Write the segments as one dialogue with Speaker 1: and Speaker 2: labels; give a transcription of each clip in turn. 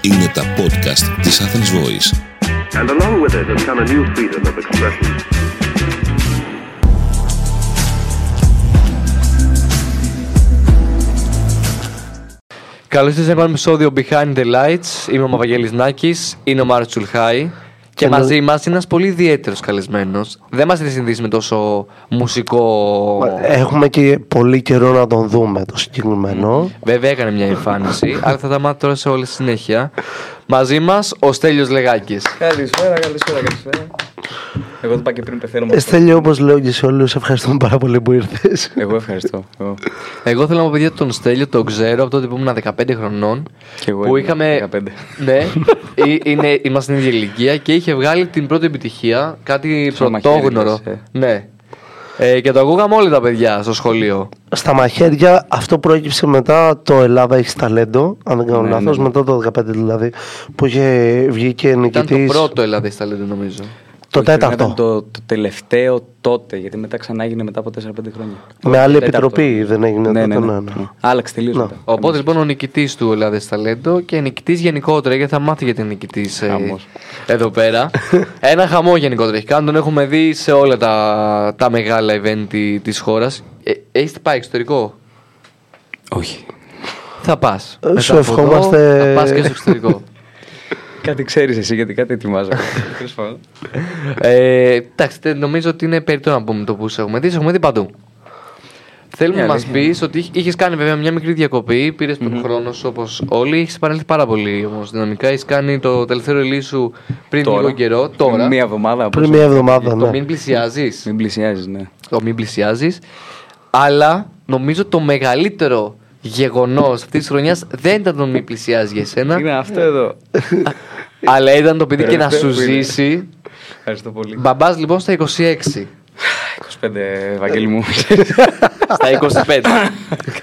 Speaker 1: Είναι τα podcast της Athens Voice.
Speaker 2: And along with it has come a new freedom of expression.
Speaker 3: Καλώς ήρθατε σε ένα επεισόδιο Behind the Lights. Είμαι ο Μαβαγγέλης Νάκης, είναι ο Μάρτ Τσουλχάη. Και
Speaker 4: Καλό-
Speaker 3: μαζί μας είναι ένας πολύ ιδιαίτερος καλεσμένος. Δεν μας έχει συνδύσει με τόσο μουσικό.
Speaker 4: Έχουμε και πολύ καιρό να τον δούμε το συγκεκριμένο.
Speaker 3: Βέβαια έκανε μια εμφάνιση, αλλά θα τα μάθω τώρα σε όλη τη συνέχεια. Μαζί μας ο Στέλιος Λεγάκης.
Speaker 5: Καλησπέρα, καλησπέρα, καλησπέρα. Εγώ το είπα και πριν πεθαίνω.
Speaker 4: Ε, Στέλιο, όπως λέω και σε όλους, ευχαριστούμε πάρα πολύ που ήρθες.
Speaker 5: Εγώ ευχαριστώ. Εγώ.
Speaker 3: Εγώ θέλω να πω παιδιά τον Στέλιο, τον ξέρω από τότε που ήμουν 15 χρονών.
Speaker 5: Κι εγώ
Speaker 3: που
Speaker 5: ήμουν
Speaker 3: είχαμε.
Speaker 5: 15.
Speaker 3: Ναι, ή- είναι, είμαστε στην ίδια ηλικία και είχε βγάλει την πρώτη επιτυχία, κάτι
Speaker 5: Στο
Speaker 3: πρωτόγνωρο.
Speaker 5: μαχαίρι, λες,
Speaker 3: Ναι. Ε, και το ακούγαμε όλοι τα παιδιά στο σχολείο.
Speaker 4: Στα μαχαίρια αυτό προέκυψε μετά το Ελλάδα έχει ταλέντο, αν δεν κάνω
Speaker 5: Ναι,
Speaker 4: λάθος,
Speaker 5: ναι.
Speaker 4: μετά το 15 δηλαδή, που είχε βγει και
Speaker 3: Ήταν το
Speaker 4: νικητής.
Speaker 3: πρώτο Ελλάδα Ισταλέντο νομίζω.
Speaker 4: Το
Speaker 5: Όχι,
Speaker 4: τέταρτο.
Speaker 5: Ήταν το, το τελευταίο τότε, γιατί μετά ξανά έγινε μετά από 4-5 χρόνια.
Speaker 4: Με άλλη
Speaker 5: Τέταρτο.
Speaker 4: επιτροπή δεν έγινε
Speaker 5: Ναι,
Speaker 4: τότε,
Speaker 5: ναι, ναι.
Speaker 4: ναι, ναι.
Speaker 5: Άλλαξε τελείως.
Speaker 4: Ναι.
Speaker 3: Οπότε λοιπόν ο νικητής του Ελλάδα Ισταλέντο και νικητής γενικότερα, γιατί θα μάθει για την νικητής ε,
Speaker 5: Χαμός.
Speaker 3: εδώ πέρα. Ένα χαμό γενικότερα έχει κάνει. Τον έχουμε δει σε όλα τα, τα μεγάλα event της χώρας. Ε, Έχεις πάει εξωτερικό.
Speaker 5: Όχι.
Speaker 3: Θα πας.
Speaker 4: Ε, σου ευχόμαστε-
Speaker 3: Θα πας και στο εξωτερικό.
Speaker 5: Κάτι ξέρεις εσύ, γιατί κάτι ετοιμάζω. Τέλος πάντων.
Speaker 3: ε, εντάξει, τε- νομίζω ότι είναι περιττό να πούμε το που σε έχουμε δει. Σε έχουμε δει παντού. Θέλουμε
Speaker 5: Ναι,
Speaker 3: να μας
Speaker 5: αλήθεια
Speaker 3: πεις ότι είχες κάνει βέβαια μια μικρή διακοπή, πήρες τον χρόνο σου όπως όλοι. Έχει επανέλθει πάρα πολύ όμως δυναμικά. Έχει κάνει το τελευταίο ρελί σου πριν λίγο καιρό. Τώρα.
Speaker 5: Μία εβδομάδα.
Speaker 4: Πριν
Speaker 5: όπως-
Speaker 4: μια εβδομάδα,
Speaker 3: Το
Speaker 4: ναι.
Speaker 3: μην πλησιάζεις.
Speaker 5: Μην πλησιάζεις, ναι.
Speaker 3: Το μην πλησιάζεις. Αλλά νομίζω το μεγαλύτερο γεγονός αυτής της χρονιάς δεν ήταν το μην πλησιάζει για εσένα.
Speaker 5: Είναι αυτό εδώ.
Speaker 3: αλλά ήταν το παιδί και να σου
Speaker 5: Τελευταίο που είναι.
Speaker 3: ζήσει.
Speaker 5: Ευχαριστώ πολύ.
Speaker 3: Μπαμπάς λοιπόν στα 26.
Speaker 5: 25, Ευαγγέλη μου.
Speaker 3: Στα 25.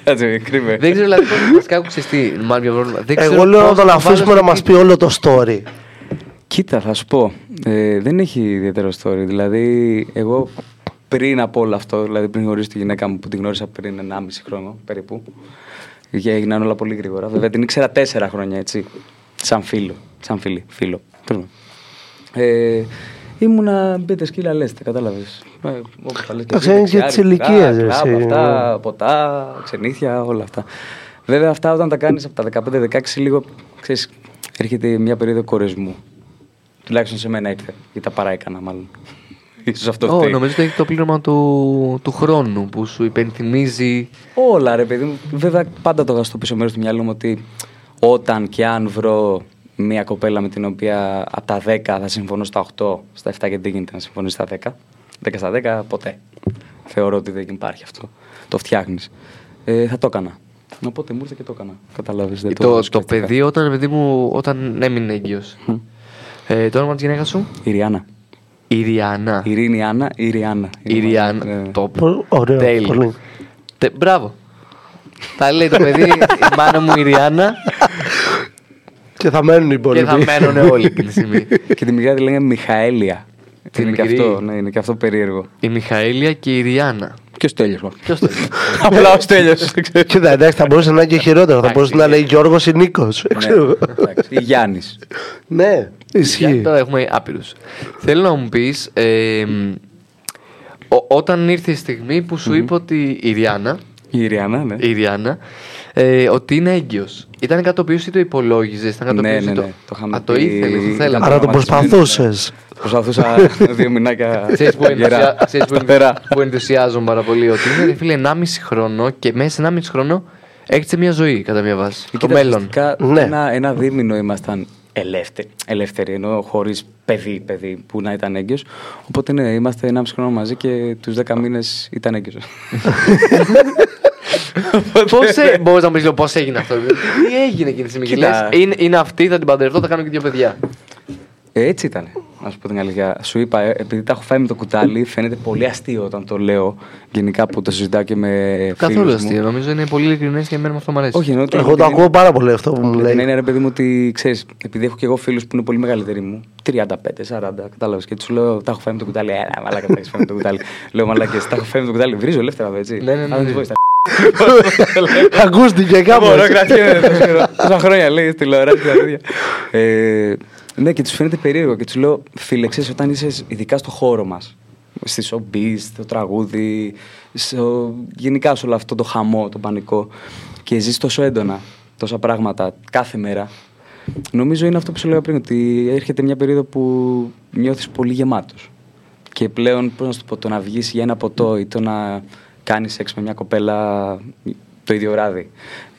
Speaker 5: Κάτσε, κρύβε.
Speaker 3: δεν ξέρω, δηλαδή, πώς- βασικά έχω ξεστεί. Μάλλον μια πρόβλημα. Δεν ξέρω
Speaker 4: Εγώ λέω να
Speaker 3: πώς
Speaker 4: τον
Speaker 3: το
Speaker 4: αφήσουμε
Speaker 3: βάζω
Speaker 4: να μας
Speaker 3: στην
Speaker 4: πει όλο το story.
Speaker 5: Κοίτα, θα σου πω. Ε, δεν έχει ιδιαίτερο story. Δηλαδή, εγώ πριν από όλο αυτό, δηλαδή πριν γνωρίσω τη γυναίκα μου που τη γνώρισα πριν 1,5 χρόνο περίπου, για έγιναν όλα πολύ γρήγορα. Βέβαια, την ήξερα 4 χρόνια, έτσι. Σαν φίλο. Σαν φίλη. Φίλο. Τέλος πάντων. Ε, ήμουνα μπείτε σκύλα λες, τα κατάλαβες. Ε, όπως τα λες και
Speaker 4: Εντάξει,
Speaker 5: εσύ,
Speaker 4: είναι και
Speaker 5: δεξιά,
Speaker 4: της
Speaker 5: αριστερά,
Speaker 4: ηλικίας, ρε,
Speaker 5: κλαμπ,
Speaker 4: εσύ.
Speaker 5: Αυτά, ποτά, ξενύθια, όλα αυτά. Βέβαια αυτά όταν τα κάνεις από τα 15-16 λίγο, ξέρεις, έρχεται μια περίοδο κορεσμού. Τουλάχιστον σε μένα ήρθε, γιατί τα παράεκανα μάλλον. Ίσως αυτό
Speaker 3: Ω,
Speaker 5: φταίει.
Speaker 3: νομίζω ότι έχει το πλήρωμα του, του χρόνου που σου υπενθυμίζει.
Speaker 5: Όλα ρε παιδί μου. Βέβαια πάντα το είχα στο πίσω μέρος του μυαλού μου ότι όταν και αν βρω μια κοπέλα με την οποία από τα 10 θα συμφωνώ στα 8, στα 7 γιατί δεν γίνεται να συμφωνείς στα 10. 10 στα 10 ποτέ. Θεωρώ ότι δεν υπάρχει αυτό. Το φτιάχνεις. Ε, θα το έκανα. Οπότε μου ήρθε και το έκανα. Καταλάβεις. Δεν
Speaker 3: Ε, το, το,
Speaker 5: σκέφτηκα.
Speaker 3: παιδί όταν, παιδί μου, όταν έμεινε έγκυος. ε, το όνομα τη γυναίκα σου.
Speaker 5: Η Ριάννα.
Speaker 3: Η Ριάννα.
Speaker 5: Η Ειρήνη Άννα, Ε, η Ριάννα.
Speaker 3: Η Ριάννα.
Speaker 5: Ναι.
Speaker 3: Το
Speaker 4: Πο- ωραίο,
Speaker 3: τέλειο.
Speaker 4: πολύ.
Speaker 3: Τε- μπράβο. Τα λέει το παιδί, η μάνα μου η Ριάννα
Speaker 4: Και θα μένουν οι υπόλοιποι.
Speaker 3: και θα μένουν όλοι εκείνη τη στιγμή.
Speaker 5: Και τη μικρά τη λένε Μιχαέλια.
Speaker 3: Τη
Speaker 5: είναι, και
Speaker 3: μικρή.
Speaker 5: αυτό, ναι, είναι και αυτό περίεργο. Ναι,
Speaker 3: Η Μιχαήλια και η Ριάννα.
Speaker 5: Ποιο τέλειωσε.
Speaker 3: Ποιο το λέει.
Speaker 5: Απλά ο τέλειωσε.
Speaker 4: Κοίτα, εντάξει, θα μπορούσε να είναι και χειρότερο. θα μπορούσε να λέει Γιώργος ή Νίκος.
Speaker 3: Ναι,
Speaker 4: ξέρω εγώ.
Speaker 5: Ή Γιάννης.
Speaker 4: Ναι, ισχύει.
Speaker 3: Για- Τώρα έχουμε άπειρους. Θέλω να μου πεις, όταν ήρθε η στιγμή που σου είπε ότι η Ριάννα,
Speaker 5: Η Ριάννα, ναι.
Speaker 3: η Ριάννα ε, ότι είναι έγκυος. Ήταν κάτι το οποίο εσύ το υπολόγιζες, ήταν κάτι το
Speaker 5: Ναι,
Speaker 3: οποίο
Speaker 5: ναι,
Speaker 3: εσύ το-
Speaker 5: ναι, το είχαμε
Speaker 3: Α, το
Speaker 5: πει.
Speaker 3: ήθελες, το
Speaker 5: Ήταν
Speaker 3: θέλαμε.
Speaker 4: Άρα το
Speaker 5: προγραμματισμένο,
Speaker 4: προσπαθούσες.
Speaker 5: Προσπαθούσα δύο μηνάκια.
Speaker 3: Ξέρεις που,
Speaker 5: γερά,
Speaker 3: ενθουσια... ξέρεις που,
Speaker 5: σταθερά.
Speaker 3: που ενθουσιάζομαι πάρα πολύ ότι είναι ρε φίλε 1,5 χρόνο και μέσα σε 1,5 χρόνο έκτησε μια ζωή κατά μια βάση.
Speaker 5: Και
Speaker 3: το
Speaker 5: κοίτα,
Speaker 3: μέλλον.
Speaker 5: ουσιαστικά,
Speaker 4: Ναι.
Speaker 5: Ένα, ένα δίμηνο ήμασταν ελεύθεροι, ελεύθεροι ενώ χωρίς παιδί, παιδί που να ήταν έγκυος. Οπότε ναι, είμαστε 1,5 χρόνο μαζί και τους 10 μήνες ήταν έγκυος.
Speaker 3: Πώ ε, μπορείς να μου πεις πώς έγινε αυτό, Τι έγινε εκείνη τη στιγμή, και λες,
Speaker 5: Κοίτα.
Speaker 3: είναι, είναι αυτή, θα την παντρευτώ, θα κάνω και δύο παιδιά.
Speaker 5: Ε, Έτσι ήταν, να σου πω την αλήθεια. Σου είπα, ε, επειδή τα έχω φάει με το κουτάλι, φαίνεται πολύ αστείο όταν το λέω. Γενικά που το συζητάω και με φίλους
Speaker 3: Καθόλου
Speaker 5: μου.
Speaker 3: αστείο. Νομίζω είναι πολύ ειλικρινές και Ναι, εμένα αυτό μου αρέσει.
Speaker 5: Όχι, εννοώ ότι
Speaker 4: Εγώ το ακούω πάρα πολύ αυτό που μου
Speaker 5: Με την
Speaker 4: λέει.
Speaker 5: έννοια, ναι, ρε παιδί μου, ότι ξέρεις, επειδή έχω και εγώ φίλους που είναι πολύ μεγαλύτεροι μου, 35, 40, κατάλαβες. Και τους λέω, Τα έχω φάει με το κουτάλι. Έλα, μαλάκα, τα έχεις φάει με το κουτάλι. λέω, μαλάκα, τα έχω φάει με το κουτάλι. Βρίζω ελεύθερα εδώ, έτσι.
Speaker 3: Ναι, ναι, ναι,
Speaker 5: Αν δεν
Speaker 3: ναι.
Speaker 5: τους βάζεις τα
Speaker 4: Ακούστηκε κάπως.
Speaker 5: Μπορώ, κρατιέμαι τόσα χρο- τόσα χρόνια λέει στη τηλεόραση τα τέτοια. Ε, Ναι, και τους φαίνεται περίεργο και τους λέω, φίλε, ξέρεις, όταν είσαι ειδικά στο χώρο μας, στη showbiz, στο τραγούδι, στο- γενικά σε όλο αυτό το χαμό, το πανικό, και ζεις τόσο έντονα τόσα πράγματα κάθε μέρα. Νομίζω είναι αυτό που σου λέγα πριν, ότι έρχεται μια περίοδο που νιώθεις πολύ γεμάτος. Και πλέον, πώς να σου το πω, το να βγεις για ένα ποτό ή το να κάνει σεξ με μια κοπέλα το ίδιο βράδυ.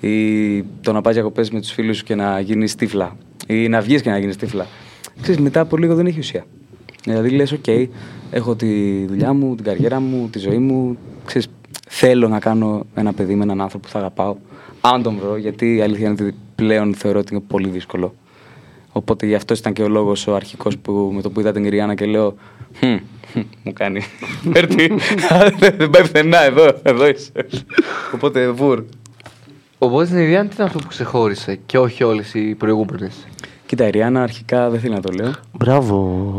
Speaker 5: Ή το να πας διακοπές με τους φίλους σου και να γίνεις τύφλα. Ή να βγεις και να γίνεις τύφλα. Ξέρεις, μετά από λίγο δεν έχει ουσία. Δηλαδή λες, οκ, έχω τη δουλειά μου, την καριέρα μου, τη ζωή μου. Ξέρεις, θέλω να κάνω ένα παιδί με έναν άνθρωπο που θα αγαπάω. Αν τον βρω, γιατί η αλήθεια είναι ότι πλέον θεωρώ ότι είναι πολύ δύσκολο. Οπότε γι' αυτός ήταν και ο λόγος ο αρχικός που με το που είδα την Ιριάννα και λέω. «Χμ, χμ, μου κάνει. Έρθει. Δεν πάει πουθενά, εδώ, εδώ είσαι. Οπότε βουρ.
Speaker 3: Οπότε στην Ιριάννη τι είναι αυτό που ξεχώρισε και όχι όλες οι προηγούμενες.
Speaker 5: Κοίτα, η Ριάννα αρχικά δεν θέλει να το λέω.
Speaker 4: Μπράβο,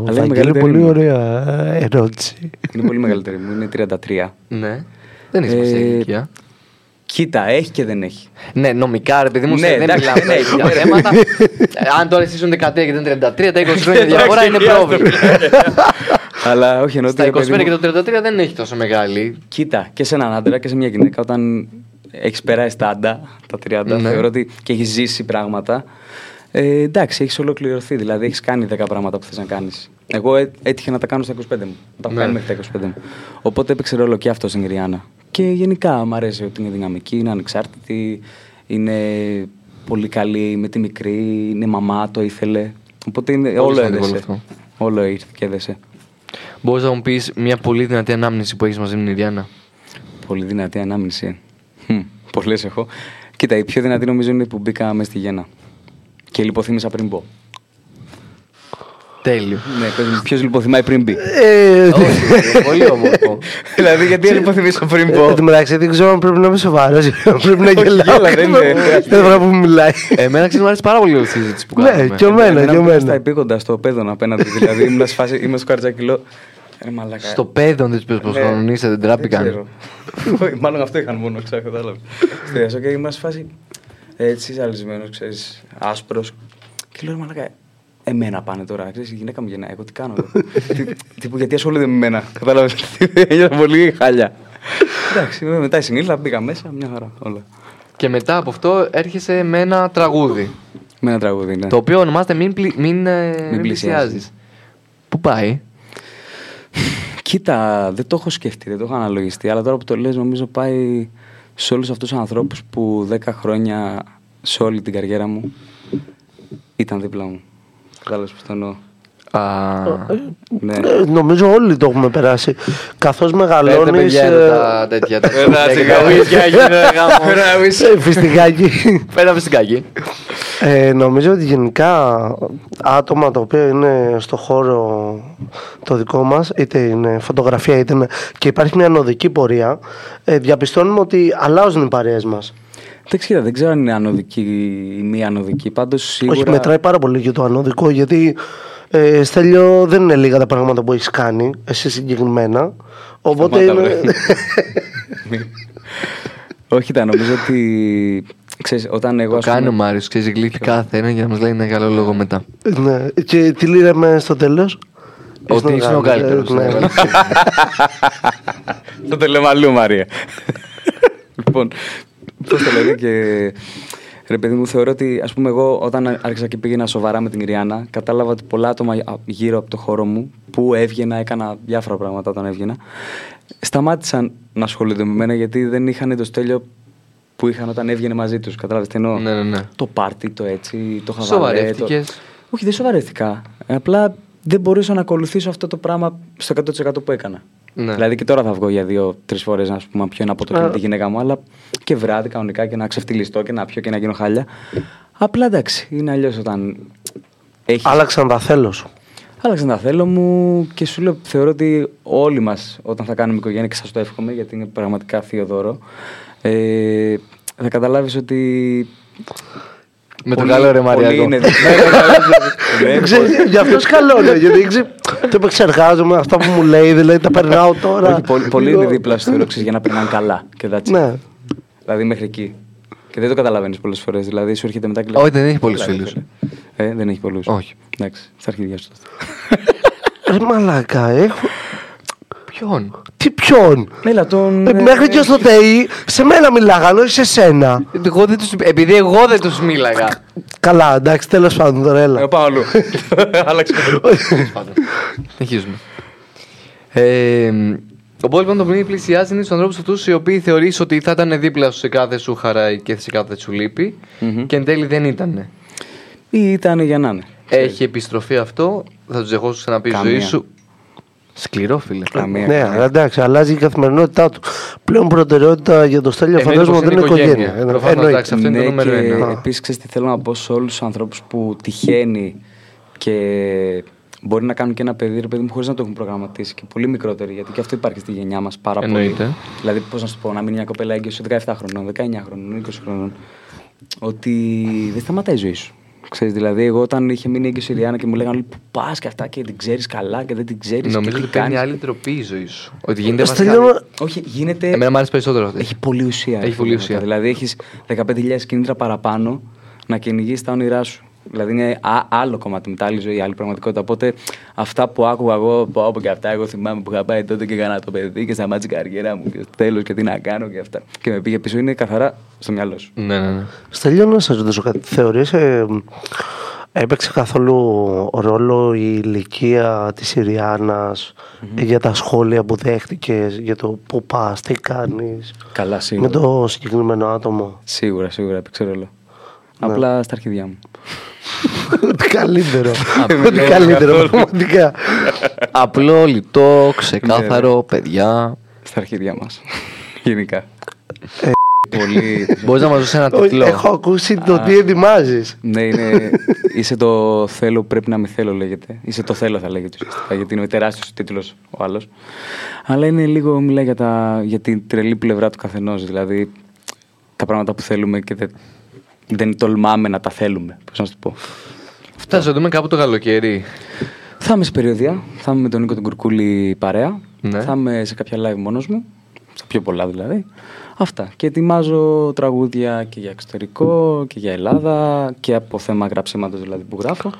Speaker 5: Αλλά είναι
Speaker 4: Βαγγέλη,
Speaker 5: μεγαλύτερη
Speaker 4: πολύ
Speaker 5: μου.
Speaker 4: ωραία ε, ερώτηση.
Speaker 5: Είναι πολύ μεγαλύτερη μου, είναι 33.
Speaker 3: Ναι. Δεν έχει σημασία η
Speaker 5: Ε,
Speaker 3: ηλικία.
Speaker 5: Κοίτα, έχει και δεν έχει.
Speaker 3: Ναι, νομικά ρε παιδί μου,
Speaker 5: Ναι,
Speaker 3: σε- δεν
Speaker 5: εντάξει,
Speaker 3: μιλάμε
Speaker 5: ναι,
Speaker 3: για
Speaker 5: ναι.
Speaker 3: θέματα. Ε, Αν τώρα εσύ ήσουν 13 και δεν 33, τα 20 χρόνια
Speaker 5: Εντάξει,
Speaker 3: διαφορά Ναι, είναι
Speaker 5: χιλιάδες.
Speaker 3: πρόβλημα.
Speaker 5: Αλλά όχι εννοώ ότι.
Speaker 3: Στα
Speaker 5: ρε παιδί
Speaker 3: 25
Speaker 5: μου,
Speaker 3: και τα 33 δεν έχει τόσο μεγάλη.
Speaker 5: Κοίτα, και σε έναν άντρα και σε μια γυναίκα, όταν έχεις περάσει τα άντα, τα 30,
Speaker 3: Ναι.
Speaker 5: θεωρώ ότι και έχεις ζήσει πράγματα. Ε, εντάξει, έχεις ολοκληρωθεί. Δηλαδή, έχεις κάνει 10 πράγματα που θες να κάνεις. Εγώ έ- έτυχε να τα κάνω στα 25 μου. Τα έχω
Speaker 3: Ναι.
Speaker 5: κάνει μέχρι τα 25 μου. Οπότε έπαιξε ρόλο και αυτός στην Ριάννα. Και γενικά μου αρέσει ότι είναι δυναμική, είναι ανεξάρτητη, είναι πολύ καλή με τη μικρή, είναι μαμά, το ήθελε. Οπότε είναι
Speaker 3: Πολύ
Speaker 5: όλο
Speaker 3: σημαντικό
Speaker 5: έδεσε.
Speaker 3: αυτό.
Speaker 5: Όλο ήρθε και έδεσε.
Speaker 3: Μπορείς να μου πεις μια πολύ δυνατή ανάμνηση που έχεις μαζί με την Ιριάννα.
Speaker 5: Πολύ δυνατή ανάμνηση. Πολλές έχω. Κοίτα, η πιο δυνατή νομίζω είναι που μπήκα μέσα στη γέννα. Και λιποθύμησα πριν μπω.
Speaker 3: Τέλειο.
Speaker 5: Ναι, πες μου, ποιος λιποθυμάει πριν μπει.
Speaker 4: Ε,
Speaker 3: Όχι, πολύ όμορφο. Ε,
Speaker 5: δηλαδή, γιατί λιποθυμίσω πριν μπω.
Speaker 4: ε, Εν τω μεταξύ δεν ξέρω αν πρέπει να είμαι σοβαρός ή αν πρέπει να γελάω.
Speaker 5: γέλα, δεν είναι.
Speaker 4: Δεν πρέπει που μιλάει.
Speaker 3: Εμένα ξέρεις μου αρέσει πάρα πολύ η συζήτηση που κάνουμε.
Speaker 4: Ναι, και εμένα, και
Speaker 5: Εμένα πήγα Στα
Speaker 4: εμένα.
Speaker 5: επίγοντα, στο παιδόν απέναντι. δηλαδή, ήμουν σε φάση- ήμουν στο καρτζακιλό. Ρε μαλάκα.
Speaker 3: Στο παιδόν δεν τους πει πω
Speaker 5: Ναι.
Speaker 3: κανονίστε, δεν τράπηκαν.
Speaker 5: ξέρω. Όχι, Μάλλον αυτό είχαν μόνο, ξέρω, κατάλαβες. Στο Ιασό και ήμουν σε φάση έτσι ζαλισμένος, ξέρεις, άσπρος. Και λέω, μαλακά, εμένα πάνε τώρα. Ξέρεις, η γυναίκα μου γεννάει, εγώ τι κάνω. εδώ?» Τι- Τύπου, γιατί ασχολούνται με εμένα. Κατάλαβε. Ένιωθα πολύ χάλια. Εντάξει, με- μετά η συνήλθα, μπήκα μέσα, μια χαρά όλα.
Speaker 3: Και μετά από αυτό έρχεσαι με ένα τραγούδι.
Speaker 5: Με ένα τραγούδι, ναι.
Speaker 3: Το οποίο ονομάζεται Μην, πλη, μην, ε, μην
Speaker 5: πλησιάζεις».
Speaker 3: πλησιάζεις. Πού πάει.
Speaker 5: Κοίτα, δεν το έχω σκεφτεί, δεν το έχω αναλογιστεί, αλλά τώρα που το λες νομίζω πάει σε όλους αυτούς τους ανθρώπους που 10 χρόνια σε όλη την καριέρα μου ήταν δίπλα μου. Κατάλαβες που το εννοώ. Ναι.
Speaker 4: Ε, Νομίζω όλοι το έχουμε περάσει. ε, Καθώς μεγαλώνεις.
Speaker 3: τα τέτοια. τα σουτέκια, τα ουίσκια, γίνεται γάμος.
Speaker 4: Φυστικάκι.
Speaker 3: Πέρα φυσικάκι.
Speaker 4: Ε, νομίζω ότι γενικά άτομα τα οποία είναι στο χώρο το δικό μας, είτε είναι φωτογραφία είτε είναι, και υπάρχει μια ανωδική πορεία, ε, διαπιστώνουμε ότι αλλάζουν οι παρέες μας.
Speaker 5: Εντάξει, κοίτα, δεν ξέρω αν είναι ανωδική ή μη ανωδική, πάντως σίγουρα...
Speaker 4: Όχι, μετράει πάρα πολύ και το ανωδικό, γιατί ε, Στέλιο δεν είναι λίγα τα πράγματα που έχεις κάνει, εσύ συγκεκριμένα. Οπότε
Speaker 5: Σταμάτα,
Speaker 4: είναι...
Speaker 5: Όχι, τα νομίζω ότι... Ξέρεις, όταν εγώ...
Speaker 3: Το
Speaker 5: ας πούμε,
Speaker 3: κάνει ο Μάριος, ξέρεις, γλύφει κάθε ένα για να μας λέει ένα καλό λόγο μετά.
Speaker 4: ναι. Και τι λύραμε στο τέλος.
Speaker 3: Ότι ήσουν ο καλύτερος.
Speaker 4: Ναι.
Speaker 5: Το τελεμαλού, Μαρία. λοιπόν, πώς το λέγε και. Ρε παιδί μου, θεωρώ ότι ας πούμε εγώ όταν άρχισα και πήγαινα σοβαρά με την Ιριάννα, κατάλαβα ότι πολλά άτομα α- γύρω από το χώρο μου που έβγαινα, έκανα διάφορα πράγματα όταν έβγαινα, σταμάτησαν να ασχολούνται με μένα γιατί δεν είχαν το στέλιο που είχαν όταν έβγαινε μαζί τους, Κατάλαβες τι εννοώ.
Speaker 3: Ναι, ναι, ναι.
Speaker 5: Το πάρτι, το έτσι, το χαβαλέ.
Speaker 3: Σοβαρεύτηκες.
Speaker 5: το- όχι, δεν σοβαρεύτηκα. Ε, Απλά δεν μπορούσα να ακολουθήσω αυτό το πράγμα στο 100% που έκανα.
Speaker 3: Ναι.
Speaker 5: Δηλαδή και τώρα θα βγω για δύο-τρει φορές να ας πούμε, πιω ένα ποτό και με τη γυναίκα μου, αλλά και βράδυ κανονικά και να ξεφτυλιστώ και να πιω και να γίνω χάλια. Απλά εντάξει, είναι αλλιώς όταν έχεις.
Speaker 4: Άλλαξαν τα θέλω σου.
Speaker 5: Άλλαξαν τα θέλω μου και σου λέω, θεωρώ ότι όλοι μας όταν θα κάνουμε οικογένεια και σας το εύχομαι γιατί είναι πραγματικά θείο δώρο. Ε, θα καταλάβεις ότι.
Speaker 3: Με το
Speaker 5: πολύ-
Speaker 3: καλό ρε
Speaker 5: πολύ
Speaker 3: Μαρία.
Speaker 5: είναι-
Speaker 3: εγώ.
Speaker 5: Ναι, ναι, ναι, ναι, ναι.
Speaker 4: Ξέρεις, Γι' αυτό καλό είναι, γιατί ξέρεις, το επεξεργάζομαι αυτά που μου λέει, δηλαδή τα περνάω τώρα.
Speaker 5: Όχι, πολλοί, πολλοί
Speaker 4: Λίγο-
Speaker 5: είναι δίπλα στο ήλιο, ξέρεις, για να περνάνε καλά. Και that's it.
Speaker 4: Ναι.
Speaker 5: Δηλαδή μέχρι εκεί. Και δεν το καταλαβαίνεις πολλές φορές. Δηλαδή σου έρχεται μετά και λέει,
Speaker 3: Όχι, δεν έχει πολλούς
Speaker 5: «Έλα, ρε,
Speaker 3: φίλους».
Speaker 5: φίλε». Ε, δεν έχει πολλούς.
Speaker 3: Όχι.
Speaker 5: Εντάξει, στα αρχίδια σου. τότε.
Speaker 4: Ρε μαλάκα, έχω...
Speaker 3: Ποιον.
Speaker 4: Τι ποιον.
Speaker 5: Έλα τον.
Speaker 4: Ε, Μέχρι
Speaker 5: ναι.
Speaker 4: και στο ΤΕΙ, σε μένα μιλάγανε, όχι σε σένα.
Speaker 3: Εγώ δεν τους... Επειδή εγώ δεν τους μίλαγα.
Speaker 4: Καλά, εντάξει, τέλος πάντων τώρα, έλα.
Speaker 5: Ε, πάω αλλού. Άλλαξε.
Speaker 3: Συνεχίζουμε. Ε, οπότε λοιπόν το πνεύμα πλησιάζει είναι στους ανθρώπους αυτούς οι οποίοι θεωρείς ότι θα ήταν δίπλα σου σε κάθε σου χαρά και σε κάθε σου λυπη
Speaker 5: Μμμ.
Speaker 3: και εν τέλει δεν ήταν.
Speaker 5: Ή ήταν για να είναι.
Speaker 3: Έχει επιστροφή αυτό, θα τους δεχόσουν ξαναπεί η
Speaker 5: Καμία.
Speaker 3: ζωή σου. Ε, Σκληρό φίλε.
Speaker 5: Καμία.
Speaker 4: Ναι, αλλά εντάξει, αλλάζει η καθημερινότητά τους. Πλέον προτεραιότητα για το Στέλιο
Speaker 3: Εννοείται
Speaker 4: φαντάζομαι
Speaker 3: πως
Speaker 4: ότι είναι η οικογένεια. Ε,
Speaker 3: Προφανώς,
Speaker 4: εννοείται.
Speaker 3: εντάξει, αυτό είναι το νούμερο
Speaker 5: Ναι, και
Speaker 3: ένα.
Speaker 5: Επίσης, ξέρεις τι θέλω να πω σε όλους τους ανθρώπους που τυχαίνει και μπορεί να κάνουν και ένα παιδί, ρε παιδί μου, χωρίς να το έχουν προγραμματίσει και πολύ μικρότεροι, γιατί και αυτό υπάρχει στη γενιά μας πάρα
Speaker 3: Εννοείται.
Speaker 5: πολύ. Δηλαδή, πώς να σου το πω, να μείνει μια κοπέλα έγκυος 17 χρονών, 19 χρονών, 20 χρονών. Ότι δεν σταματάει η ζωή σου. Ξέρεις, δηλαδή, εγώ όταν είχε μείνει έγκυος η Ριάννα και μου λέγανε Πού πας και αυτά και την ξέρεις καλά και δεν την ξέρεις.
Speaker 3: Νομίζω
Speaker 5: και τι
Speaker 3: ότι παίρνει
Speaker 5: κάνεις».
Speaker 3: άλλη ντροπή η ζωή σου. Ότι γίνεται
Speaker 4: Το
Speaker 3: βασικά.
Speaker 4: Ε, Στέλιο-
Speaker 5: Όχι, γίνεται.
Speaker 3: Εμένα μου άρεσε περισσότερο αυτή.
Speaker 5: Έχει πολλή ουσία.
Speaker 3: Έχει
Speaker 5: ρε
Speaker 3: πολλή
Speaker 5: φίλε,
Speaker 3: ουσία.
Speaker 5: Δηλαδή έχεις 15.000 κίνητρα παραπάνω να κυνηγείς τα όνειρά σου. Δηλαδή είναι α- άλλο κομμάτι, μετά άλλη ζωή, άλλη πραγματικότητα. Οπότε αυτά που άκουγα εγώ, που από και αυτά, εγώ θυμάμαι που είχα πάει τότε και έκανα το παιδί και σταμάτησε η καριέρα μου. Και τέλος και τι να κάνω και αυτά. Και με πήγε πίσω, είναι καθαρά στο μυαλό σου.
Speaker 3: Ναι, ναι, ναι.
Speaker 4: Στέλιο, να σας ρωτήσω κάτι. Θεωρείς ε, έπαιξε καθόλου ρόλο η ηλικία της ιριανας για τα σχόλια που δέχτηκες, για το που πας, τι κάνεις,
Speaker 5: Καλά,
Speaker 4: με
Speaker 5: σίγουρα.
Speaker 4: το συγκεκριμένο άτομο.
Speaker 5: Σίγουρα, σίγουρα, έπαιξε ρόλο.
Speaker 4: Ναι.
Speaker 5: Απλά στα αρχιδιά μου.
Speaker 4: Ότι καλύτερο. Ότι
Speaker 5: μιλάω
Speaker 4: καλύτερο,
Speaker 5: καθόλου.
Speaker 4: πραγματικά.
Speaker 3: Απλό, λιτό, ξεκάθαρο, παιδιά.
Speaker 5: Στα αρχιδιά μας. Γενικά.
Speaker 4: Ε,
Speaker 5: Πολύ.
Speaker 3: Μπορείς να μας δώσεις ένα
Speaker 4: Όχι,
Speaker 3: τίτλο.
Speaker 4: Έχω ακούσει το τι ετοιμάζεις.
Speaker 5: Ναι, είναι. είσαι το θέλω, πρέπει να με θέλω, λέγεται. Είσαι το θέλω, θα λέγεται ουσιαστικά, γιατί είναι τεράστιο τίτλος ο άλλος. Αλλά είναι λίγο, μιλάει για, τα, για την τρελή πλευρά του καθενός. Δηλαδή, τα πράγματα που θέλουμε και δεν, δεν τολμάμε να τα θέλουμε. Πώς να σου το πω.
Speaker 3: Θα σε δούμε κάπου το καλοκαίρι.
Speaker 5: Θα είμαι σε περιοδία. Θα είμαι με τον Νίκο τον Κουρκούλη παρέα.
Speaker 3: Ναι.
Speaker 5: Θα είμαι σε κάποια live μόνος μου. Στα πιο πολλά δηλαδή. Αυτά. Και ετοιμάζω τραγούδια και για εξωτερικό και για Ελλάδα και από θέμα γραψίματο δηλαδή που γράφω.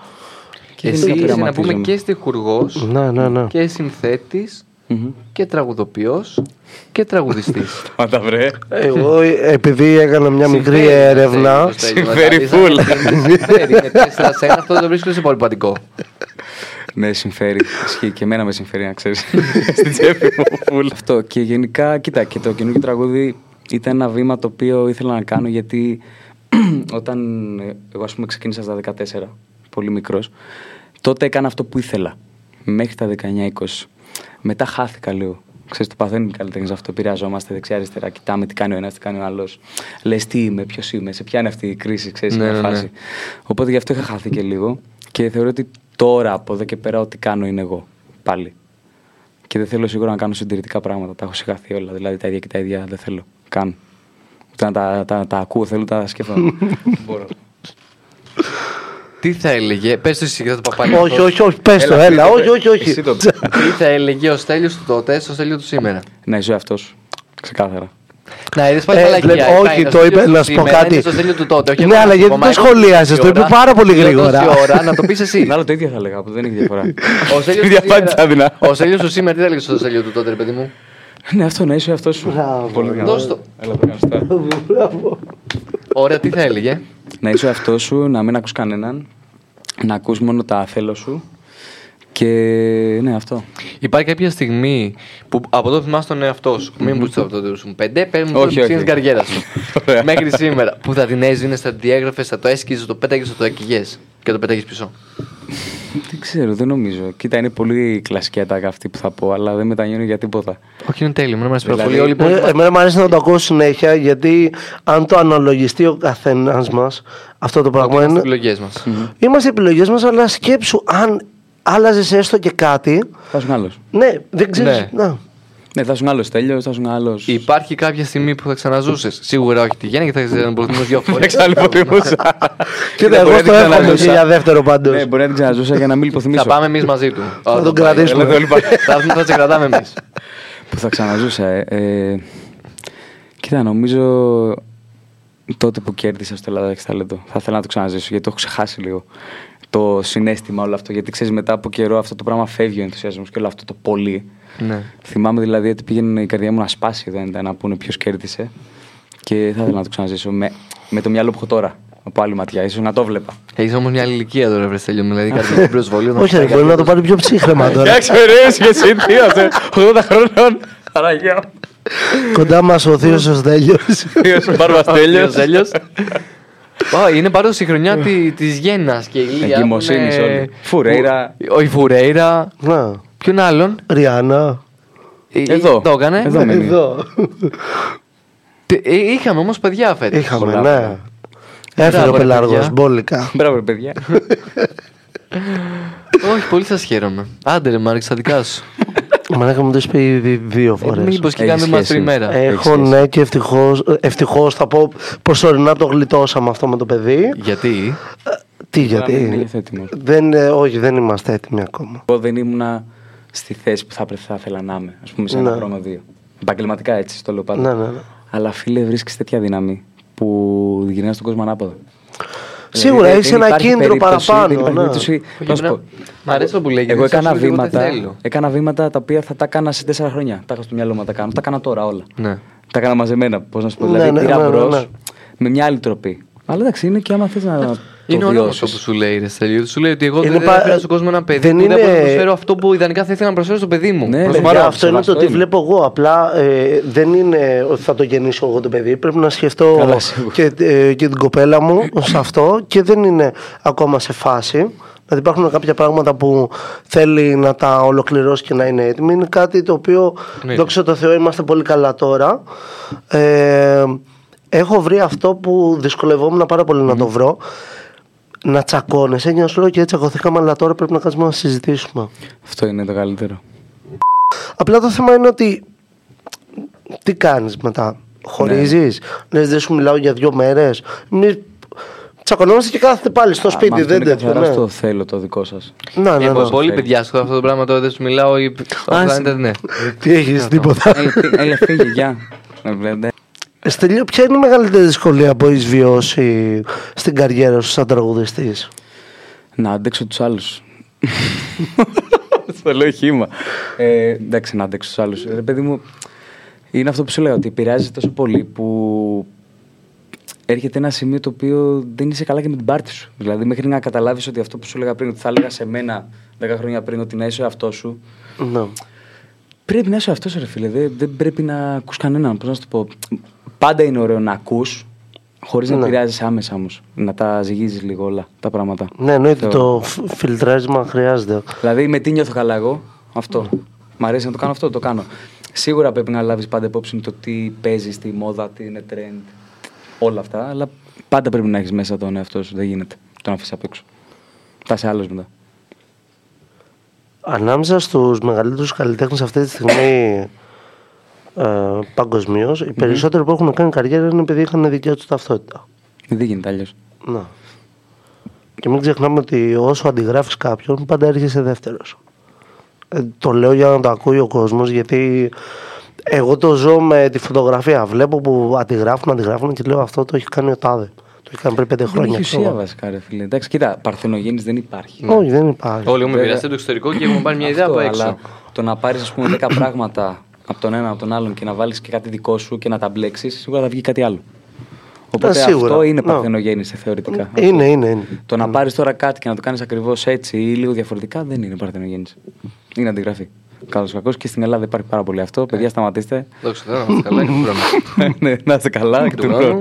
Speaker 3: Και
Speaker 5: γενικά
Speaker 3: εσύ είσαι να πούμε
Speaker 5: πειραματίζομαι.
Speaker 3: και στιχουργός
Speaker 4: Ναι, ναι, ναι.
Speaker 3: και συνθέτης
Speaker 5: Μμμ.
Speaker 3: και τραγουδοποιός και τραγουδιστής.
Speaker 5: Μα τα βρε.
Speaker 4: Εγώ, ε, επειδή έκανα μια μικρή έρευνα,
Speaker 5: Συμφέρει full.
Speaker 3: Συμφέρει. Είναι τέσσερα σε ένα, αυτό το βρίσκω σε πολυπαντικό.
Speaker 5: Ναι, συμφέρει. Ισχύει και εμένα με συμφέρει, να ξέρεις. Στην τσέπη μου, φουλ. Αυτό. Και γενικά, κοίτα, και το καινούργιο τραγούδι ήταν ένα βήμα το οποίο ήθελα να κάνω γιατί όταν ε, εγώ, ας πούμε, ξεκίνησα στα 14, πολύ μικρός, τότε έκανα αυτό που ήθελα. Μέχρι τα 19-20. Μετά χάθηκα λίγο. Ξέρεις, το παθαίνουν οι καλλιτέχνε αυτό. Επηρεαζόμαστε δεξιά-αριστερά. Κοιτάμε τι κάνει ο ένας, τι κάνει ο άλλος. Λες τι είμαι, ποιος είμαι, σε ποια είναι αυτή η κρίση, ξέρεις,
Speaker 3: Ναι,
Speaker 5: ναι,
Speaker 3: ναι, ναι.
Speaker 5: φάση. Οπότε γι' αυτό είχα χάθει και λίγο. Και θεωρώ ότι τώρα από εδώ και πέρα ό,τι κάνω είναι εγώ. Πάλι. Και δεν θέλω σίγουρα να κάνω συντηρητικά πράγματα. Τα έχω συγχαθεί όλα. Δηλαδή τα ίδια και τα ίδια δεν θέλω καν. Ούτε να τα, τα, τα ακούω, θέλω να τα σκέφτομαι. Μπορώ.
Speaker 3: Τι θα έλεγε, πες το εσύ και θα το παπάνε.
Speaker 4: όχι, όχι, όχι, πες το, έλα, όχι, όχι,
Speaker 5: Εσύ
Speaker 4: όχι.
Speaker 5: το
Speaker 3: Τι θα έλεγε ο Στέλιος του τότε στο Στέλιο του σήμερα.
Speaker 5: Να Ναι, είσαι αυτό. Ξεκάθαρα.
Speaker 3: Να είδες πάλι
Speaker 4: Ε,
Speaker 3: μαλακία.
Speaker 4: βλέπω,
Speaker 3: Είπα,
Speaker 4: όχι,
Speaker 3: είναι
Speaker 4: το
Speaker 3: στο
Speaker 4: είπε,
Speaker 3: τέλειο
Speaker 4: να
Speaker 3: του
Speaker 4: σου πω
Speaker 3: σήμερα,
Speaker 4: κάτι.
Speaker 3: είναι στο τέλειο του τότε. όχι
Speaker 4: Ναι,
Speaker 3: να
Speaker 4: αλλά
Speaker 3: το
Speaker 4: γιατί
Speaker 3: κομμάτι,
Speaker 4: το σχολίασες,
Speaker 3: τόση
Speaker 4: το είπε
Speaker 3: ώρα.
Speaker 4: πάρα πολύ
Speaker 3: Λέω τόση
Speaker 4: γρήγορα.
Speaker 3: ώρα, να το πεις εσύ.
Speaker 5: Να άλλο το ίδιο θα έλεγα, που δεν έχει διαφορά.
Speaker 3: Ο Στέλιος
Speaker 5: Την
Speaker 3: του
Speaker 5: απάντησα
Speaker 3: σήμερα-
Speaker 5: δεινά.
Speaker 3: Ο Στέλιος του σήμερα τι θα έλεγε στο Στέλιο του τότε, ρε παιδί μου.
Speaker 5: Ναι, αυτό να είσαι αυτό σου.
Speaker 4: Μπράβο.
Speaker 5: Πολύ δυνατό.
Speaker 3: Δώσ' το.
Speaker 5: Έλα, το κάνεις τώρα.
Speaker 3: Ωραία, τι θα έλεγε.
Speaker 5: Να είσαι ο εαυτός σου, να μην ακούς κανέναν, να ακούς μόνο τα θέλω σου και ναι αυτό.
Speaker 3: Υπάρχει κάποια στιγμή που από τότε θυμάσαι τον εαυτό σου. Μην μου από τότε σου. Πέντε, παίρνει μου
Speaker 5: Όχι,
Speaker 3: την
Speaker 5: όχι.
Speaker 3: ψήνη καριέρα σου.
Speaker 5: Ωραία.
Speaker 3: Μέχρι σήμερα. Που θα την έζηνες, θα την διέγραφες, θα το έσκυζες, το πέταγες, θα το έκυγες. Και το πέταγε πίσω.
Speaker 5: Δεν ξέρω, δεν νομίζω. Κοίτα, είναι πολύ κλασική ατάκα αυτή που θα πω, αλλά δεν μετανιώνω για τίποτα.
Speaker 3: Όχι, είναι τέλειο. Μην μα
Speaker 5: Δηλαδή,
Speaker 3: προχωρεί όλοι
Speaker 4: Ε, εμένα μου αρέσει να το ακούω συνέχεια γιατί αν το αναλογιστεί ο καθένας μας αυτό το πράγμα
Speaker 3: οι
Speaker 4: είναι.
Speaker 3: επιλογές μας.
Speaker 4: Είμαστε επιλογές μας, αλλά σκέψου αν άλλαζες έστω και κάτι.
Speaker 5: Θα ήσουν άλλο.
Speaker 4: Ναι, δεν ξέρεις.
Speaker 3: Ναι.
Speaker 4: Ναι.
Speaker 5: Ναι, θα ήσουν άλλος τέλειος, θα ήσουν άλλος.
Speaker 3: Υπάρχει κάποια στιγμή που θα ξαναζούσες. Σίγουρα όχι τη γέννη και θα ξαναπροθυμού δύο φορές.
Speaker 5: Εξαλειπωτήμωσα.
Speaker 4: Κοίτα, εγώ το εύχομαι και για δεύτερο πάντως.
Speaker 5: Ναι, μπορεί να την ξαναζούσα για να μην υποθυμίσω.
Speaker 3: Θα πάμε εμείς μαζί του. Όταν
Speaker 4: τον
Speaker 3: πάει.
Speaker 4: κρατήσουμε.
Speaker 3: Θα έρθουμε, θα σε κρατάμε εμείς.
Speaker 5: Που θα ξαναζούσα, ε. ε. Κοίτα, νομίζω τότε που κέρδισα στο Ελλάδα 6 ταλέντο, θα ήθελα να το ξαναζήσω γιατί το έχω ξεχάσει λίγο το συνέστημα όλο αυτό. Γιατί ξέρεις, μετά από καιρό αυτό το πράγμα φεύγει ο ενθουσιασμός και όλο αυτό το πολύ.
Speaker 3: Ναι.
Speaker 5: Θυμάμαι δηλαδή ότι πήγαινε η καρδιά μου να σπάσει δεν ήταν να πούνε ποιος κέρδισε. Και θα ήθελα να το ξαναζήσω με, με το μυαλό που έχω τώρα. Από άλλη ματιά, ίσως να το βλέπα.
Speaker 3: Έχεις όμως μια άλλη ηλικία τώρα, βρε Στέλιο. μου, Δηλαδή κάτι προσβολή. όταν
Speaker 4: Όχι, ρε, μπορεί να το πάρει πιο ψύχρεμα τώρα.
Speaker 5: ρε, και εσύ, τι 80 χρόνων. Χαραγιά.
Speaker 4: Κοντά μας ο Θείος ο Στέλιος.
Speaker 3: Ο Στέλιος. Ω, είναι πάντω η χρονιά τη γέννας και η ηλία.
Speaker 5: Εγκυμοσύνης
Speaker 3: που είναι-
Speaker 5: όλη. Φουρέιρα.
Speaker 3: Ο- Η Φουρέιρα.
Speaker 4: Να,
Speaker 3: Ποιον άλλον.
Speaker 4: Ριάννα.
Speaker 3: Ε,
Speaker 5: Εδώ.
Speaker 3: Το έκανε.
Speaker 5: Εδώ. Ναι, ναι.
Speaker 4: Εδώ.
Speaker 3: Τε- ε, Είχαμε όμως παιδιά φέτος.
Speaker 4: Είχαμε,
Speaker 5: πολλά.
Speaker 4: ναι. Έφερε
Speaker 3: Μπράβο,
Speaker 4: ο
Speaker 3: ρε,
Speaker 4: Πελάργος
Speaker 3: παιδιά.
Speaker 4: μπόλικα.
Speaker 5: Μπράβο, ρε, παιδιά.
Speaker 3: Όχι, πολύ σας χαίρομαι. Άντε, ρε Μάρξ, τα δικά σου.
Speaker 4: Μαλάκα μου το έχεις πει δι-
Speaker 3: Ε,
Speaker 4: δύο φορές.
Speaker 3: Μήπως και
Speaker 5: Έχει
Speaker 3: κάνουμε μα
Speaker 5: σχέση. Ε.
Speaker 3: τριμέρα.
Speaker 4: Έχω
Speaker 5: Έχεις
Speaker 4: ναι και ευτυχώς ευτυχώς θα πω προσωρινά το γλιτώσαμε αυτό με το παιδί.
Speaker 3: Γιατί.
Speaker 4: Τι
Speaker 5: Να μην
Speaker 4: γιατί.
Speaker 5: νιώθω έτοιμος.
Speaker 4: Δεν, ε, όχι, δεν είμαστε έτοιμοι ακόμα.
Speaker 5: Εγώ δεν ήμουνα στη θέση που θα, πρε- θα ήθελα να είμαι, ας πούμε, σε ένα
Speaker 4: Ναι.
Speaker 5: χρόνο δύο. Επαγγελματικά έτσι, το λέω πάντα.
Speaker 4: Ναι, ναι, ναι.
Speaker 5: Αλλά φίλε, βρίσκεις τέτοια δύναμη που γυρνάς τον κόσμο ανάποδα. Δηλαδή,
Speaker 4: Σίγουρα,
Speaker 5: δεν-
Speaker 4: έχεις
Speaker 5: δεν
Speaker 4: ένα
Speaker 5: υπάρχει
Speaker 4: κίνητρο
Speaker 5: περίπτωση,
Speaker 4: παραπάνω,
Speaker 5: δεν υπάρχει
Speaker 4: ναι.
Speaker 5: περίπτωση. Να σου
Speaker 3: εμένα-
Speaker 5: πω,
Speaker 3: Μ' αρέσει αυτό που λέει, γιατί
Speaker 5: Εγώ
Speaker 3: σε
Speaker 5: έκανα
Speaker 3: αυτό λίγο δεν
Speaker 5: βήματα,
Speaker 3: θέλω.
Speaker 5: έκανα βήματα τα οποία θα τα έκανα σε τέσσερα χρόνια. Τα είχα στο μυαλό μου να τα κάνω. Τα έκανα τώρα όλα.
Speaker 3: Ναι.
Speaker 5: Τα έκανα μαζεμένα. Πώς να σου πω.
Speaker 4: Ναι,
Speaker 5: δηλαδή,
Speaker 4: ναι,
Speaker 5: πήρα
Speaker 4: ναι, ναι,
Speaker 5: μπρος
Speaker 4: ναι.
Speaker 5: με μια άλλη τροπή. Αλλά εντάξει, είναι και άμα θες να. το
Speaker 3: Είναι ωραίο
Speaker 5: βιώσεις.
Speaker 3: αυτό που σου λέει, ρε Στέλιο. Σου λέει ότι εγώ
Speaker 4: Είναι
Speaker 3: δεν
Speaker 4: πα-
Speaker 3: έφερα στον κόσμο ένα παιδί
Speaker 4: δεν
Speaker 3: που δεν
Speaker 4: είναι-
Speaker 3: μπορώ να προσφέρω αυτό που ιδανικά θα ήθελα να προσφέρω στο παιδί μου.
Speaker 5: Ναι,
Speaker 3: Προς
Speaker 5: ρε,
Speaker 3: το
Speaker 4: Παιδιά,
Speaker 5: μάλλον,
Speaker 4: αυτό είναι το
Speaker 5: σεβαστό
Speaker 4: τι
Speaker 5: είναι.
Speaker 4: βλέπω εγώ. Απλά ε, δεν είναι ότι θα το γεννήσω εγώ το παιδί. Πρέπει να σκεφτώ
Speaker 5: Καλά, σίγουρα.
Speaker 4: και, ε, και την κοπέλα μου σε αυτό και δεν είναι ακόμα σε φάση. Δηλαδή υπάρχουν κάποια πράγματα που θέλει να τα ολοκληρώσει και να είναι έτοιμη. Είναι κάτι το οποίο,
Speaker 3: Ναι.
Speaker 4: δόξα τω Θεώ, είμαστε πολύ καλά τώρα. Ε, έχω βρει αυτό που δυσκολευόμουν πάρα πολύ να το βρω. Να τσακώνεσαι και να σου λέω και έτσι τσακωθήκαμε, αλλά τώρα πρέπει να κάτσουμε να συζητήσουμε.
Speaker 5: Αυτό είναι το καλύτερο.
Speaker 4: Απλά το θέμα είναι ότι τι κάνεις μετά. Χωρίζεις,
Speaker 3: Ναι.
Speaker 4: λες δεν σου μιλάω για δύο μέρες. Μη... Τσακωνόμαστε και κάθεται πάλι στο σπίτι.
Speaker 5: Μα αυτό
Speaker 4: δεν
Speaker 5: είναι
Speaker 4: τέτοιο.
Speaker 5: καθαρά
Speaker 4: Ναι.
Speaker 5: στο θέλω το δικό σας.
Speaker 4: Να, ναι,
Speaker 3: Ε, Εγώ
Speaker 4: ναι.
Speaker 3: πολύ παιδιά σου αυτό το πράγμα τώρα δεν σου μιλάω. ή- Απλά είναι ναι.
Speaker 4: Τι έχεις, τίποτα.
Speaker 5: Έλα, φύγε, γεια. Να βλέπετε.
Speaker 4: Στελίο, ποια είναι η μεγαλύτερη δυσκολία που έχεις βιώσει στην καριέρα σου σαν τραγουδιστής.
Speaker 5: Να αντέξω τους άλλους. Στο λέω χήμα. Ε, εντάξει, να αντέξω τους άλλους. Ρε παιδί μου, είναι αυτό που σου λέω, ότι επηρεάζει τόσο πολύ που έρχεται ένα σημείο το οποίο δεν είσαι καλά και με την πάρτη σου. Δηλαδή, μέχρι να καταλάβεις ότι αυτό που σου έλεγα πριν, ότι θα έλεγα σε μένα 10 χρόνια πριν, ότι να είσαι ο εαυτός σου,
Speaker 4: Ναι.
Speaker 5: Πρέπει να είσαι αυτό, ρε φίλε. Δεν, δεν πρέπει να ακούς κανέναν. Πώς να σου το πω. Πάντα είναι ωραίο να ακούς, χωρίς να
Speaker 4: Ναι.
Speaker 5: επηρεάζει άμεσα όμως. Να τα ζυγίζεις λίγο όλα τα πράγματα.
Speaker 4: Ναι, εννοείται
Speaker 5: Θεωρώ.
Speaker 4: το φι- φιλτράρισμα χρειάζεται.
Speaker 5: Δηλαδή, με τι νιώθω καλά εγώ, αυτό. Μ' αρέσει να το κάνω αυτό, το κάνω. Σίγουρα πρέπει να λάβεις πάντα υπόψη το τι παίζεις, τι μόδα, τι είναι trend, όλα αυτά. Αλλά πάντα πρέπει να έχεις μέσα τον εαυτό σου. Δεν γίνεται. Τον αφήσει απ' έξω. Θα σε άλλος μετά.
Speaker 4: Ανάμεσα στους μεγαλύτερους καλλιτέχνες αυτή τη στιγμή ε, παγκοσμίως, οι περισσότεροι που έχουν κάνει καριέρα είναι επειδή είχαν δικιά τους ταυτότητα.
Speaker 5: Δεν γίνεται αλλιώς.
Speaker 4: Να. Και μην ξεχνάμε ότι όσο αντιγράφεις κάποιον, πάντα έρχεσαι δεύτερος. Ε, το λέω για να το ακούει ο κόσμος, γιατί εγώ το ζω με τη φωτογραφία. Βλέπω που αντιγράφουν, αντιγράφουν και λέω αυτό το έχει κάνει ο Τάδε. Το έχει κάνει πριν πέντε
Speaker 5: Δεν έχει
Speaker 4: χρόνια. ξέρω
Speaker 5: ουσία
Speaker 4: εγώ.
Speaker 5: βασικά, ρε φίλε. Εντάξει, κοίτα, παρθενογέννη δεν υπάρχει.
Speaker 4: Όχι, δεν υπάρχει.
Speaker 3: Όλοι έχουμε
Speaker 5: Βέβαια.
Speaker 3: πειραστεί το εξωτερικό και έχουμε πάρει μια ιδέα
Speaker 5: Αυτό,
Speaker 3: από έξω.
Speaker 5: το να πάρεις, ας πούμε, 10 πράγματα από τον ένα, από τον άλλον και να βάλεις και κάτι δικό σου και να τα μπλέξεις, σίγουρα θα βγει κάτι άλλο. Οπότε
Speaker 4: Ε, σίγουρα.
Speaker 5: αυτό είναι
Speaker 4: Ναι.
Speaker 5: παρθενογέννηση θεωρητικά.
Speaker 4: Είναι, είναι, είναι. Ναι.
Speaker 5: Το να πάρεις τώρα κάτι και να το κάνεις ακριβώς έτσι ή λίγο διαφορετικά δεν είναι παρθενογέννηση. Είναι αντιγραφή. Καλό κακό και στην Ελλάδα υπάρχει πάρα πολύ
Speaker 4: Ε.
Speaker 5: αυτό. Παιδιά, σταματήστε.
Speaker 3: Δόξα τω Θεώ, να είμαστε καλά και του χρόνου.
Speaker 5: Ναι, να είστε καλά και του
Speaker 3: Του
Speaker 5: χρόνου.
Speaker 3: χρόνου.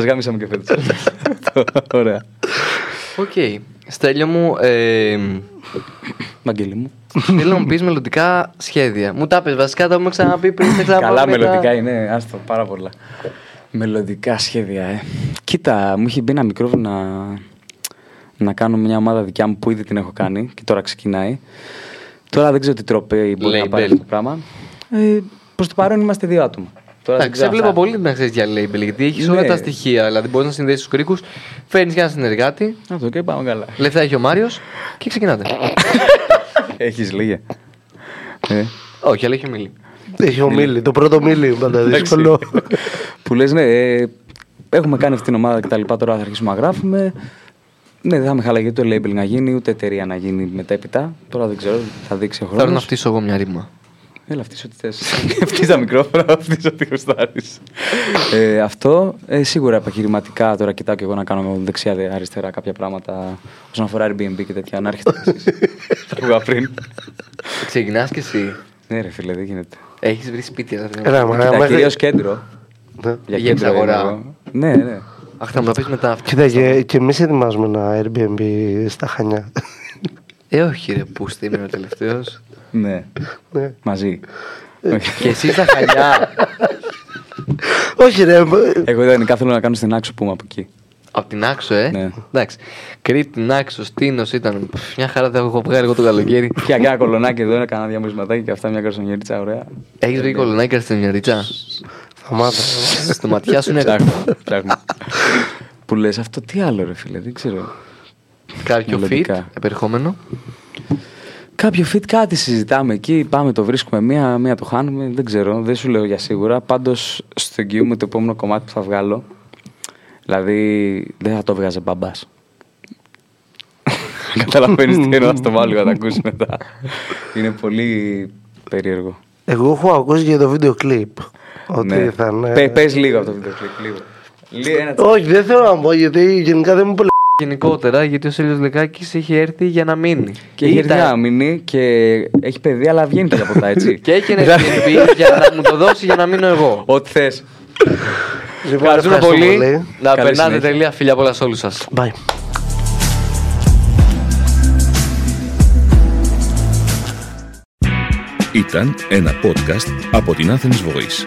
Speaker 5: Ας γάμισαμε και φέτος. Ωραία.
Speaker 3: Οκ. Στέλιο μου, ε,
Speaker 5: Μαγγέλη μου.
Speaker 3: θέλω να μου πεις μελλοντικά σχέδια. Μου τα πες, βασικά τα έχουμε ξαναπεί πριν. δεν ξαναπάμε
Speaker 5: Καλά,
Speaker 3: μετά.
Speaker 5: μελλοντικά είναι, άστο, πάρα πολλά. Μελλοντικά σχέδια, ε. Κοίτα, μου είχε μπει ένα μικρόβιο να, να κάνω μια ομάδα δικιά μου που ήδη την έχω κάνει και τώρα ξεκινάει. Τώρα δεν ξέρω τι τρόποι μπορεί να
Speaker 3: Label.
Speaker 5: πάρει αυτό το πράγμα. Ε, Προς το παρόν είμαστε δύο άτομα. Τώρα δεν
Speaker 3: Εντάξει, σε
Speaker 5: ξέρω αν
Speaker 3: βλέπω
Speaker 5: θα-
Speaker 3: πολύ να ξέρει για label, γιατί έχεις όλα
Speaker 5: Ναι.
Speaker 3: τα στοιχεία. Δηλαδή, μπορείς να συνδέσεις τους κρίκους, φέρνεις και έναν συνεργάτη,
Speaker 5: Αυτό και πάμε καλά.
Speaker 3: λεφτά έχει ο Μάριος και ξεκινάτε.
Speaker 5: Έχεις λίγα. Ε,
Speaker 3: Όχι, αλλά έχει ομιλή.
Speaker 4: Έχει ομίλη. Το πρώτο μίλη πάντα Δηλαδή, δύσκολο.
Speaker 5: που λες, ναι, ε, έχουμε κάνει αυτή την ομάδα και τα λοιπά. Τώρα θα αρχίσουμε να γράφουμε. Ναι, δεν θα με χαλαγεί το label να γίνει, ούτε εταιρεία να γίνει μετέπειτα. Τώρα δεν ξέρω, θα δείξει ο
Speaker 3: Θέλω να
Speaker 5: χρόνο.
Speaker 3: φτύσω εγώ μια ρήμα.
Speaker 5: Έλα, αυτής ό,τι θες. Αυτής τα μικρόφωνα, αυτής ό,τι γουστάρει. ε, αυτό ε, σίγουρα επαγγελματικά τώρα κοιτάω και εγώ να κάνω δεξιά-αριστερά κάποια πράγματα όσον αφορά Airbnb και τέτοια. Να έρχεται. εσείς. Τα ακούγα πριν.
Speaker 3: Ξεκινάς και εσύ.
Speaker 5: ναι, ρε φίλε, δεν γίνεται.
Speaker 3: Έχεις βρει σπίτι, ρε.
Speaker 4: Έλα, μα.
Speaker 5: Κοιτά,
Speaker 4: μέχρι-
Speaker 5: κυρίω κέντρο.
Speaker 4: Ναι.
Speaker 5: Για
Speaker 3: Πηγαίνεις
Speaker 5: κέντρο
Speaker 3: αγορά.
Speaker 5: είμαι εγώ. Ναι, ναι.
Speaker 3: Αχ, θα μου τα πεις μετά αυτό.
Speaker 4: Κοίτα, και, και εμείς ετοιμάζουμε ένα Airbnb στα Χανιά.
Speaker 3: Ε, όχι, ρε, πού είστε, είμαι ο τελευταίος.
Speaker 5: ναι.
Speaker 4: Ναι.
Speaker 5: Μαζί.
Speaker 3: και εσύ στα χαλιά.
Speaker 4: Όχι, ρε.
Speaker 5: Εγώ ιδανικά θέλω να κάνω στην άξο που είμαι από εκεί.
Speaker 3: Απ' την άξο, ε.
Speaker 5: Ναι.
Speaker 3: Εντάξει. Κρήτη, άξο, τίνο ήταν. Πφ, Μια χαρά δεν έχω βγάλει εγώ το καλοκαίρι.
Speaker 5: Πια και ένα κολονάκι εδώ, έκανα διαμερισματάκι και αυτά, μια καρσονιέριτσα, ωραία.
Speaker 3: Έχεις
Speaker 5: Ε, ναι.
Speaker 3: βρει κολονάκια στην μια ρίτσα.
Speaker 4: Θα μάθω.
Speaker 3: Στο ματιά σου είναι
Speaker 5: Ψάχνω, ψάχνω. Που λες αυτό, τι άλλο ρε φίλε, δεν ξέρω.
Speaker 3: κάποιο fit
Speaker 5: Μελλοντικά.
Speaker 3: επερχόμενο.
Speaker 5: Κάποιο fit κάτι συζητάμε εκεί, πάμε το βρίσκουμε μία, μία το χάνουμε, δεν ξέρω, δεν σου λέω για σίγουρα. Πάντως στο εγγυούμε το επόμενο κομμάτι που θα βγάλω. Δηλαδή δεν θα το βγάζε μπαμπάς. Καταλαβαίνεις τι εννοώ, θα το βάλω λίγο να τα ακούσεις μετά. Είναι πολύ περίεργο.
Speaker 4: Εγώ έχω ακούσει για το βίντεο κλιπ. Ότι θα
Speaker 5: Ναι. Πε-
Speaker 4: είναι.
Speaker 5: πες λίγο από το βίντεο κλιπ, λίγο. Λίγο ένα τσ-
Speaker 4: Όχι, δεν θέλω να πω γιατί γενικά δεν μου πολύ.
Speaker 3: Γενικότερα, γιατί ο Σίλιο Λεκάκης έχει έρθει για να μείνει.
Speaker 5: Και έχει έρθει να μείνει και έχει παιδί, αλλά βγαίνει και από τα έτσι.
Speaker 3: Και έχει ένα Airbnb για να μου το δώσει για να μείνω εγώ.
Speaker 5: Ό,τι θες.
Speaker 3: Ευχαριστούμε πολύ. Να
Speaker 5: Καλή
Speaker 3: περνάτε
Speaker 5: συνέχεια.
Speaker 3: τελεία φιλιά πολλά σε όλους σας.
Speaker 4: Bye.
Speaker 1: Ήταν ένα podcast από την Athens Voice.